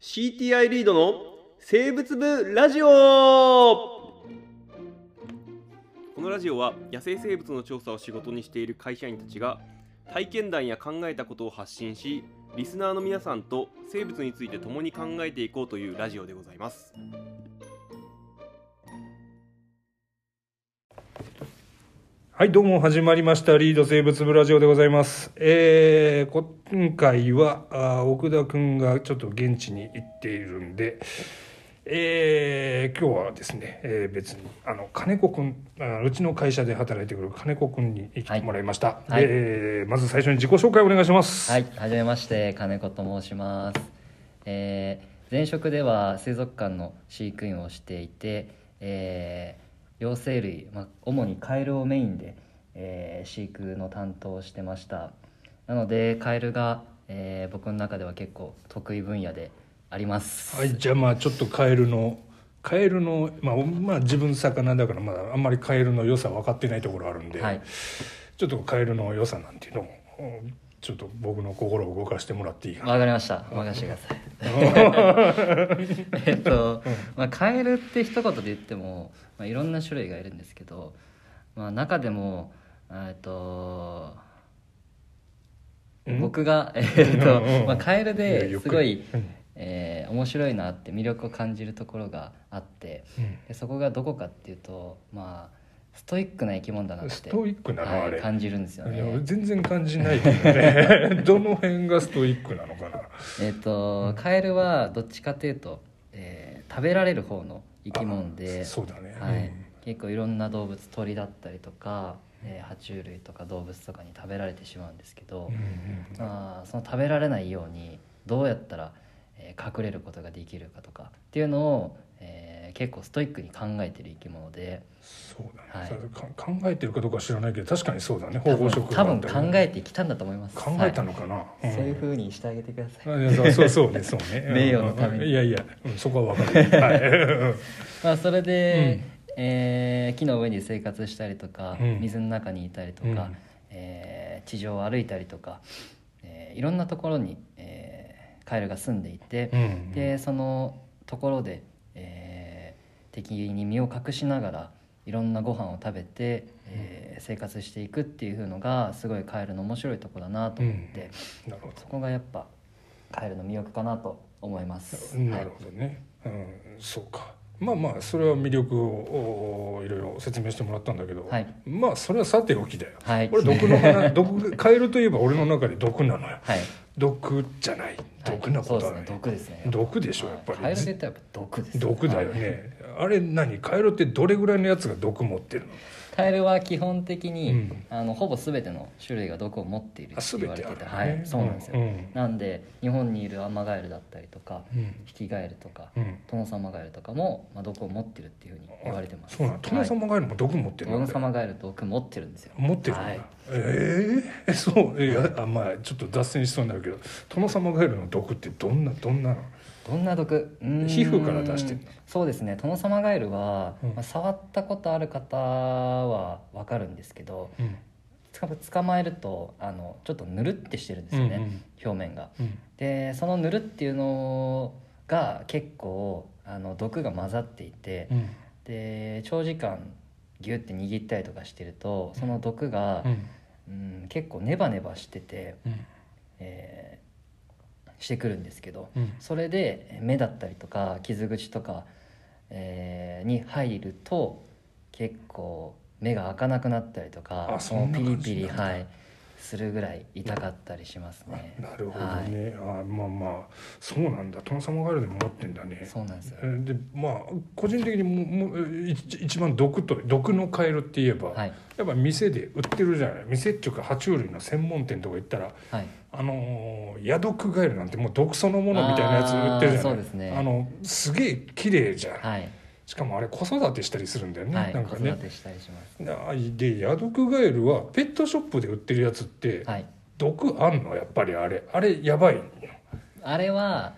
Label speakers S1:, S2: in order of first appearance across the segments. S1: CTI リードの生物部ラジオこのラジオは野生生物の調査を仕事にしている会社員たちが体験談や考えたことを発信しリスナーの皆さんと生物について共に考えていこうというラジオでございます
S2: はい、どうも始まりました。リード生物部ラジオでございます。えー、こ今回は、あー奥田くんがちょっと現地に行っているんで、えー、今日はですね、えー別に、あの、金子くん、あーうちの会社で働いてくる金子くんに来てもらいました。
S3: はいはい
S2: えーまず最初に自己紹介お願いします。
S3: はい、はじめまして、金子と申します。えー前職では水族館の飼育員をしていて、えー両生類、まあ、主にカエルをメインで、えー飼育の担当をしてました。なので、カエルが、えー僕の中では結構得意分野であります。
S2: はい、じゃあまあちょっとカエルのカエルの、まあ、おまあ自分魚だからまだあんまりカエルの良さ分かってないところあるんで、
S3: はい
S2: ちょっとカエルの良さなんていうのもうんちょっと僕の心を動かしてもらっていいかな。
S3: わかりました。任せてくださ い。えっと、まあ、カエルって一言で言っても、まあ、いろんな種類がいるんですけど、まあ、中でもあえっと
S2: うん
S3: 僕が、えっと
S2: うんうん
S3: まあ、カエル
S2: いやゆ
S3: で
S2: っ
S3: す
S2: く
S3: ご
S2: り
S3: い、えー面白いなって魅力を感じるところがあってでそこがどこかっていうと、まあ、ストイックな生き物だなって
S2: ストイックなの
S3: はい
S2: あれ
S3: 感じるんですよ
S2: いや俺
S3: ね。
S2: 全然感じないけど ねどの辺がストイックなのかな
S3: えっとカエルはどっちかというと、えー食べられる方の生き物で。
S2: そうだね、
S3: は
S2: う
S3: い
S2: ん、
S3: 結構いろんな動物鳥だったりとか、えー爬虫類とか動物とかに食べられてしまうんですけど、
S2: うん
S3: まあ、その食べられないようにどうやったら、えー隠れることができるかとかっていうのを、えー結構ストイックに考えてる生き物で
S2: そうだね、
S3: はい
S2: それか考えてるかどうか知らないけど確かにそうだね
S3: 多
S2: 保護
S3: 分
S2: 色
S3: 多分考え
S2: て
S3: てきたんだと思います
S2: 考えたのかな、
S3: はい
S2: ん
S3: そういうふうにしてあげてください、
S2: あいやそうそうそうねそうね
S3: 名誉のために
S2: うんいやいや、うんそこは分かる、はい、
S3: まあ、それで、えー木の上に生活したりとか、
S2: うん
S3: 水の中にいたりとか、
S2: うん
S3: えー地上を歩いたりとか、えーいろんなところに、えーカエルが住んでいて、
S2: うん
S3: でそのところで、えー敵に身を隠しながらいろんなご飯を食べて、えー生活していくっていうのがすごいカエルの面白いとこだなと思って、
S2: なるほ
S3: そこがやっぱカエルの魅力かなと思います。
S2: どなるほどね、うん、そうかまあまあそれは魅力をおいろいろ説明してもらったんだけど、
S3: はい
S2: まあそれはさておきだよ、
S3: はい、
S2: 俺毒の花 毒カエルといえば俺の中で毒なのよ
S3: はい
S2: 毒じゃない毒なことはな
S3: は
S2: いい、
S3: そうですね毒ですね
S2: 毒でしょやっぱり、
S3: カエルで言ったらやっぱ毒です
S2: 毒だよ
S3: はい
S2: ね、あれ何カエルってどれぐらいのやつが毒持ってるの
S3: カエルは基本的に、
S2: うん
S3: あのほぼ全ての種類が毒を持っている
S2: あ
S3: って
S2: 全
S3: 言われ
S2: てあ
S3: て
S2: る
S3: て
S2: のね、
S3: はいそうなんですよ、
S2: うん
S3: なんで日本にいるアマガエルだったりとか、
S2: うん
S3: ヒキガエルとか、
S2: うん
S3: トノサマガエルとかも、まあ、毒を持ってるっていうふうに言われてます
S2: そうなの殿
S3: はい
S2: 様ガエルも毒持ってる
S3: ト
S2: ん
S3: ノ
S2: だ
S3: サマガエル毒持ってるんですよ
S2: 持ってるんだ、
S3: はい
S2: ええ そういやあまあちょっと脱線しそうになるけど殿様ガエルの毒ってどんなどんなの
S3: どんな毒うーん
S2: 皮膚から出してんの
S3: そうですねトノサマガエルは、
S2: うん
S3: まあ、触ったことある方は分かるんですけど、
S2: うん
S3: つか捕まえるとあのちょっとぬるってしてるんですよね、
S2: うんうん
S3: 表面が
S2: うん
S3: でそのぬるっていうのが結構あの毒が混ざっていて、
S2: うん
S3: で長時間ギュって握ったりとかしてるとその毒が、うん結構ネバネバしてて、
S2: うん
S3: えーしてくるんですけど、
S2: うん
S3: それで目だったりとか傷口とか、えーに入ると結構目が開かなくなったりとか
S2: あそんな
S3: もう
S2: 感
S3: ピ
S2: じ
S3: リ
S2: に
S3: ピリ
S2: なるんだ
S3: はいするぐらい痛かったりしますね
S2: なるほど
S3: はい
S2: ね、あまあまあそうなんだ殿様ガエルでも持ってんだね
S3: そうなんですよ
S2: えーでまあ個人的にももう一一番毒と毒のカエルって言えば、
S3: はい
S2: やっぱ店で売ってるじゃない店っていうか爬虫類の専門店とか行ったら
S3: はい
S2: あのー、ヤドクガエルなんてもう毒そのものみたいなやつ売ってるじゃない
S3: あーそうですね
S2: あのすげえ綺麗じゃん、
S3: はい、
S2: しかもあれ子育てしたりするんだよね、
S3: はい
S2: なん
S3: 子
S2: か
S3: 育
S2: ね
S3: てしたりします
S2: なでヤドクガエルはペットショップで売ってるやつって、
S3: はい
S2: 毒あんのやっぱりあれあれやばい
S3: あれは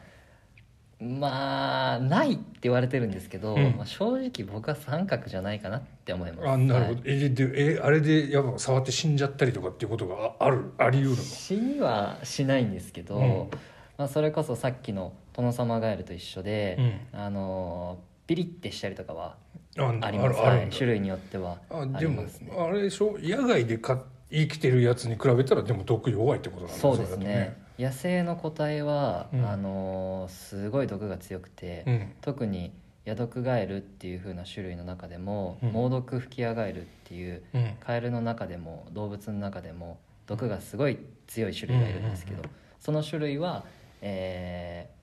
S3: まあないって言われてるんですけど、
S2: うん
S3: まあ、正直僕は三角じゃないかなって思います
S2: あなるほ
S3: は
S2: ど
S3: い、
S2: えでえあれでやば触って死んじゃったりとかっていうことがああるあり得るの
S3: 死にはしないんですけど、
S2: うん
S3: まあ、それこそさっきの殿様ガエルと一緒で、
S2: うん
S3: あのピリッてしたりとかは
S2: あ
S3: あります、
S2: ある
S3: はい種類によっては
S2: あ
S3: あ
S2: で
S3: り
S2: も
S3: ますね
S2: あれでしょ野外でか生きてるやつに比べたらでも毒弱いってことなんだ
S3: そうですね
S2: れだと
S3: 野生の個体は、
S2: うん
S3: あのすごい毒が強くて、
S2: うん
S3: 特にヤドクガエルっていう風な種類の中でも、
S2: うん
S3: 猛毒フキアガエルっていう
S2: うん
S3: カエルの中でも動物の中でも毒がすごい強い種類がいるんですけど、
S2: うんうん
S3: その種類は、えー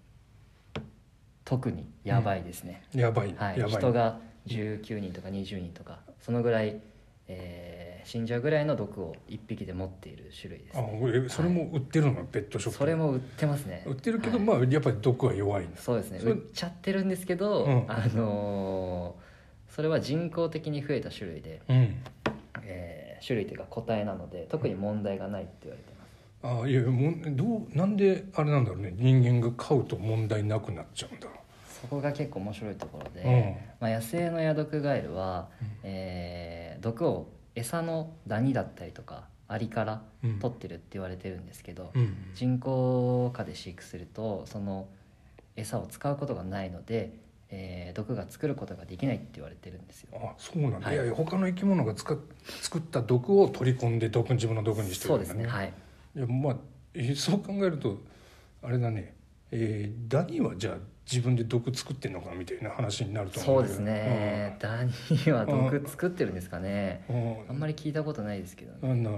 S3: 特にやばいですね、
S2: やばい、
S3: はい、
S2: やばい
S3: 人が19人とか20人とかそのぐらい、えー死んじゃうぐらいの毒を1匹で持っている種類です
S2: あ
S3: ね
S2: えそれも売ってるの、ペットショップ
S3: それも売ってますね
S2: 売ってるけど、
S3: はい
S2: まあやっぱり毒は弱いんです
S3: そうですね
S2: それ
S3: 売っちゃってるんですけど、
S2: うん
S3: あのーそれは人工的に増えた種類で、
S2: うん
S3: えー種類というか個体なので特に問題がないって言われてます、
S2: あいやもうどうなんであれなんだろうね人間が飼うと問題なくなっちゃうんだろ
S3: そこが結構面白いところで、
S2: う、うん
S3: まあ、野生のヤドクガエルは、
S2: うん
S3: えー毒を餌のダニだったりとかアリから
S2: うん
S3: 取ってるって言われてるんですけど、
S2: うん
S3: 人工下で飼育するとその餌を使うことがないので、えー毒が作ることができないって言われてるんですよ
S2: あそうなんだ、
S3: はい
S2: い、やいや他の生き物がつか作った毒を取り込んで毒自分の毒にしてる
S3: そうん
S2: だ
S3: ですねはい
S2: いやまあえーそう考えるとあれだね、えーダニはじゃあ自分で毒作ってんのかみたいな話になると思だ
S3: そううんで
S2: けど
S3: すね、ダニは
S2: うん
S3: 毒作ってるんですかね、
S2: うん
S3: あんまり聞いたことないですけどね、
S2: うんなる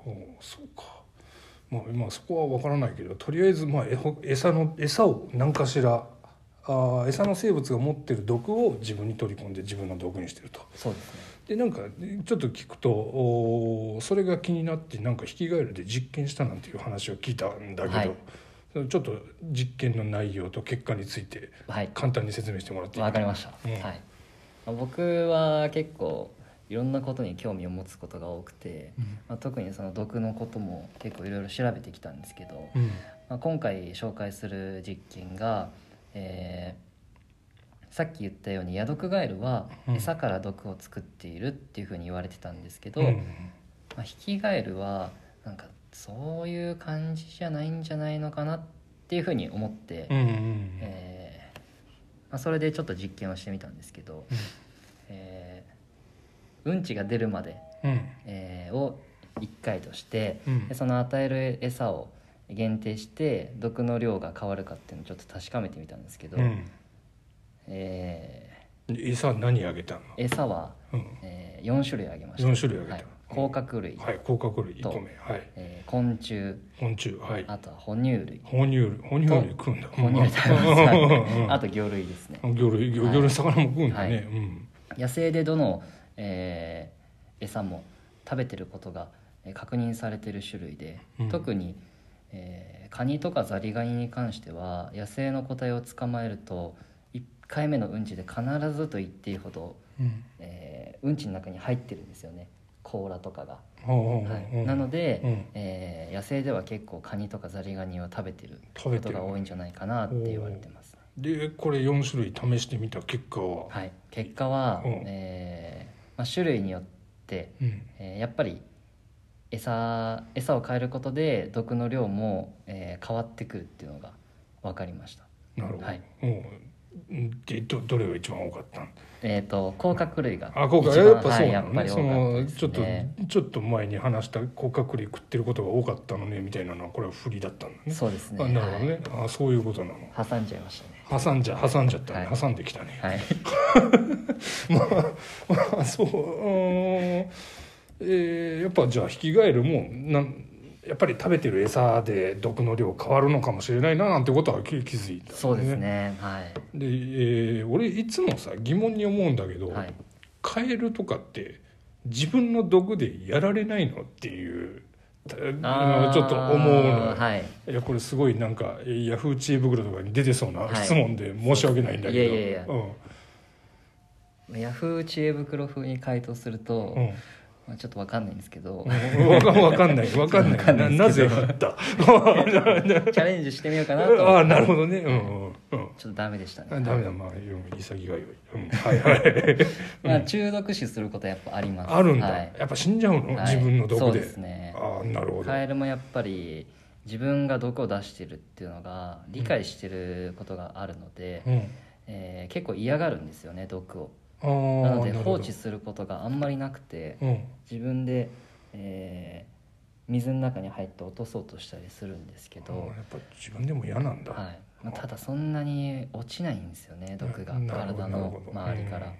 S2: ほどうんそうかまあ、まあ、そこは分からないけどとりあえずまあえほ餌の餌を何かしらあー餌の生物が持ってる毒を自分に取り込んで自分の毒にしてると
S3: そうですね
S2: でなんかちょっと聞くとおーそれが気になってなんかヒキガエルで実験したなんていう話を聞いたんだけど、
S3: はい
S2: ちょっと実験の内容と結果について
S3: はい
S2: 簡単に説明してもらっていい
S3: わかりました、
S2: うん
S3: はい僕は結構いろんなことに興味を持つことが多くて、
S2: うん
S3: まあ、特にその毒のことも結構いろいろ調べてきたんですけど、
S2: うん
S3: まあ、今回紹介する実験が、えーさっき言ったようにヤドクガエルは
S2: うん
S3: 餌から毒を作っているっていうふうに言われてたんですけど、
S2: うん
S3: まあ、ヒキガエルはなんかそういう感じじゃないんじゃないのかなっていうふうに思って、
S2: うんうん
S3: えーまあ、それでちょっと実験をしてみたんですけど、
S2: うん
S3: えーうんちが出るまで、
S2: うん
S3: えーを1回として、
S2: うん
S3: でその与える餌を限定して毒の量が変わるかっていうのをちょっと確かめてみたんですけど、
S2: うん
S3: え
S2: で餌何あげたの、
S3: ー餌は、
S2: うん、
S3: え4種類あげました
S2: 4種類あげた、
S3: はい、甲殻類、
S2: はい甲殻類1個目はい
S3: えー昆虫
S2: 昆虫はい
S3: あとは哺乳類
S2: 哺乳類哺乳類食うんだ
S3: 哺乳類食べます
S2: うん
S3: あと魚類ですね
S2: うん魚類魚魚類魚も食うんだね、
S3: はい
S2: うん
S3: 野生でどの、えー餌も食べてることがえー確認されてる種類で、
S2: うん
S3: 特に、えーカニとかザリガニに関しては野生の個体を捕まえると1回目のうんちで必ずと言っていいほど、
S2: うん
S3: えーうんちの中に入ってるんですよね甲羅とかが、
S2: ほうほうほう
S3: はい
S2: うん
S3: なので、
S2: うん
S3: えー野生では結構カニとかザリガニを食べてる
S2: 食
S3: こ
S2: べ
S3: と
S2: てる
S3: が多いんじゃないかなって言われてますね
S2: でこれ4種類試してみた結果は、
S3: はい、結果は、
S2: うん
S3: えーまあ、種類によって、
S2: うん
S3: えーやっぱり餌餌を変えることで毒の量も、えー変わってくるっていうのが分かりました
S2: なるほど、
S3: はい
S2: うんでどどれが一番多かったの
S3: えっ、と甲殻類が
S2: あ甲
S3: 一
S2: 殻やっ
S3: 番
S2: ぱそう
S3: はいや
S2: な
S3: っ
S2: の
S3: ぱ
S2: ね、その
S3: り多かったです
S2: ちょっと
S3: ね
S2: ちょっと前に話した甲殻類食ってることが多かったのねみたいなのはこれは不利だったんだね
S3: そうですね
S2: あなるほどね、あそういうことなの
S3: はい挟んじゃいましたね
S2: 挟んじゃ挟んじゃったね、
S3: はい
S2: 挟んできたね、
S3: はい
S2: まあまあそううーんえーやっぱじゃあヒキガエルもなんやっぱり食べてる餌で毒の量変わるのかもしれないななんてことは気気づいた、
S3: そうですねはい
S2: で、えー俺いつもさ疑問に思うんだけど、
S3: はい
S2: カエルとかって自分の毒でやられないのっていうた
S3: あー
S2: ちょっと思うの、
S3: はい
S2: い、やこれすごいなんかえーヤフー知恵袋とかに出てそうな
S3: はい
S2: 質問で申し訳ないんだけど、
S3: いやいやいや
S2: うん
S3: ヤフー知恵袋風に回答すると、
S2: うん
S3: まあ、ちょっと分かんないんですけど、
S2: わかわかんないわかんない
S3: わかんない
S2: ななぜだったあ
S3: チャレンジしてみようかなと
S2: あなるほどねうんうんうん
S3: ちょっとダメでしたね
S2: あダメだまあうん潔がよい、うん、はい はい
S3: まあ、中毒死することはやっぱあります
S2: あるんだ、
S3: はい
S2: やっぱ死んじゃうの、
S3: はい
S2: 自分の毒で
S3: そうですね
S2: ああなるほど
S3: カエルもやっぱり自分が毒を出してるっていうのが理解してることがあるので、
S2: うん
S3: えー結構嫌がるんですよね毒を
S2: あー
S3: なので
S2: るほ
S3: 放
S2: ど
S3: 置することがあんまりなくて
S2: うん
S3: 自分で、えー水の中に入って落とそうとしたりするんですけ
S2: あー
S3: ど、
S2: やっぱ自分でも嫌なんだ、
S3: はいまあ、ただそんなに落ちないんですよね毒が
S2: ななるほど
S3: 体
S2: なる
S3: の
S2: ほど
S3: 周りから
S2: うん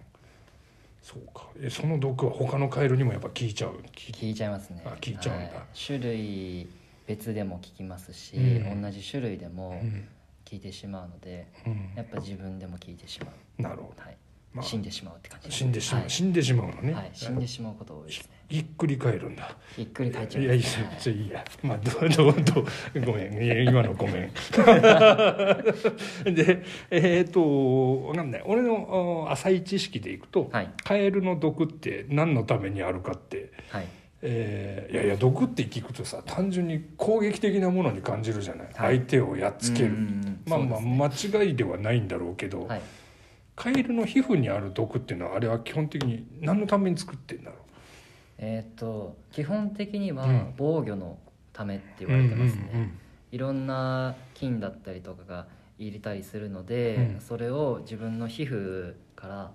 S2: そうかえその毒は他のカエルにもやっぱ効いちゃう効い
S3: 効いちゃいますね
S2: あ効いちゃうんだ
S3: はい種類別でも効きますし、
S2: うん
S3: 同じ種類でも
S2: うん
S3: 効いてしまうので、
S2: うん
S3: やっぱ自分でも効いてしまう、
S2: なるほど、
S3: はい
S2: まあ、
S3: 死んでしまうって感じです
S2: 死んでしまう、
S3: はい
S2: 死んでしまうのね、
S3: はい、死んでしまうこと多いで
S2: ひ
S3: すね
S2: ひっくり返るんだ
S3: ひっくり返っちゃ
S2: い
S3: い
S2: や
S3: ま
S2: いや
S3: す、はい
S2: じゃあいいやまあどうどうどうごめんいや今のごめん でえっ、とわかんない俺のあー浅い知識でいくと、
S3: はい
S2: カエルの毒って何のためにあるかって
S3: はい
S2: えーいやいや毒って聞くとさ単純に攻撃的なものに感じるじゃない、
S3: はい
S2: 相手をやっつけ
S3: うんう
S2: る、
S3: んうん
S2: まあ
S3: そうで
S2: ます
S3: ね
S2: あ間違いではないんだろうけど、
S3: はい、
S2: カエルの皮膚にある毒っていうのはあれは基本的に何のために作ってんだろ
S3: えーっと基本的には
S2: うん
S3: 防御のためって
S2: う
S3: 言われてますね、
S2: うんうん
S3: いろんな菌だったりとかが入れたりするので、
S2: うん
S3: それを自分の皮膚から、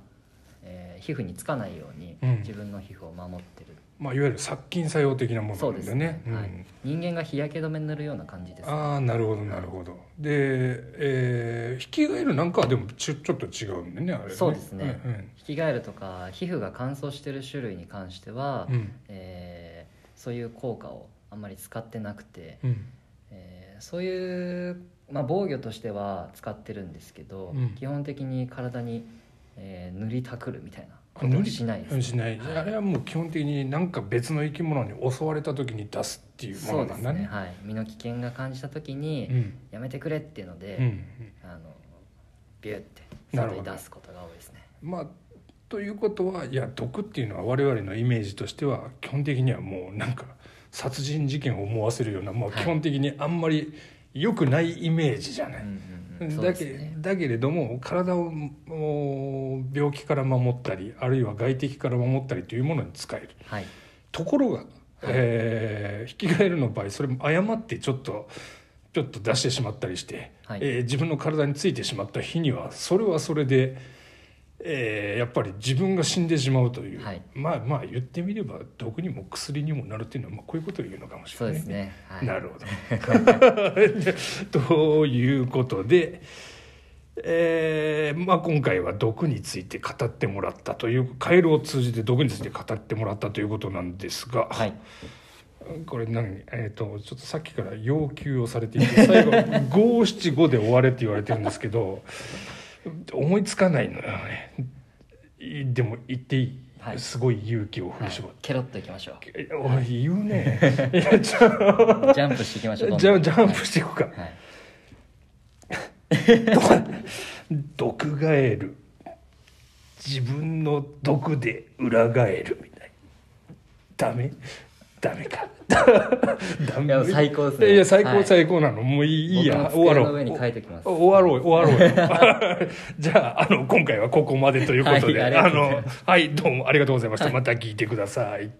S3: えー皮膚につかないように
S2: うん
S3: 自分の皮膚を守ってる、
S2: うんまあ、いわゆる殺菌作用的なもの
S3: そう
S2: なん
S3: で
S2: だ
S3: す
S2: よね
S3: ね、はい
S2: うん
S3: 人間が日焼け止め塗るような感じです
S2: ああなるほどなるほどで、えー、ヒキガエルなんかはでもちょちょっと違うんだよねあれね
S3: そうですね
S2: んうん
S3: ヒキガエルとか皮膚が乾燥してる種類に関しては、
S2: うん
S3: えーそういう効果をあんまり使ってなくて、
S2: うん
S3: えーそういう、まあ、防御としては使ってるんですけど、
S2: うん
S3: 基本的に体に、えー塗りたくるみたいな
S2: あ
S3: こと
S2: 塗
S3: は
S2: り
S3: しないです、
S2: しない、
S3: はい
S2: あれはもう基本的に何か別の生き物に襲われた時に出すっていうも
S3: そ
S2: の
S3: うで
S2: な
S3: す
S2: んだ
S3: ね
S2: ね
S3: はい身の危険が感じた時に、
S2: うん
S3: やめてくれっていうので、
S2: うん
S3: あのビュッて
S2: なる
S3: 外
S2: ほど
S3: に出すことが多いですね
S2: まあということはいや毒っていうのは我々のイメージとしては基本的にはもうなんか殺人事件を思わせるような、まあ、
S3: はい
S2: 基本的にあんまり良くないイメージじゃな
S3: う
S2: い、
S3: んうんうんそう
S2: だ
S3: です
S2: け
S3: ね
S2: だけれども体をもう病気から守ったりあるいは外敵から守ったりというものに使える
S3: はい
S2: ところが、えー引き換えるの場合それも誤ってちょっとちょっと出してしまったりして、
S3: はい
S2: えー自分の体についてしまった日にはそれはそれで、えーやっぱり自分が死んでしまうという、
S3: はい
S2: まあまあ言ってみれば毒にも薬にもなるっていうのは、まあ、こういうことを言うのかもし
S3: そ
S2: れ
S3: う
S2: ない
S3: ですね、はい、
S2: なるほど。 ということで、えーまあ、今回は毒について語ってもらったというカエルを通じて毒について語ってもらったということなんですが、
S3: はい
S2: これ何、えー、とちょっとさっきから要求をされていて最後五七五で終われって言われてるんですけど思いつかないのよね。いでも言っていい、
S3: はい
S2: すごい勇気を振
S3: は
S2: り
S3: い
S2: 絞っ
S3: ケロッといきましょう
S2: て、おい言うね いやじゃあ
S3: ジャンプしていきましょうどん
S2: じ
S3: ど
S2: ゃ
S3: ん
S2: あジャンプしていくか
S3: はい
S2: 毒ガエル自分の毒で裏返るみたいダメダメか ダメ
S3: いや最高ですね
S2: いや最高、
S3: はい
S2: 最高なのもういいいいや
S3: 僕
S2: 終
S3: の
S2: わろ
S3: 机の上
S2: う
S3: に書いてきます
S2: お終わろう終わろ うよ じゃああの今回はここまでということで、
S3: はいあり
S2: あ
S3: がとうござい
S2: の
S3: ま
S2: はいどうもありがとうございました、また聞いてください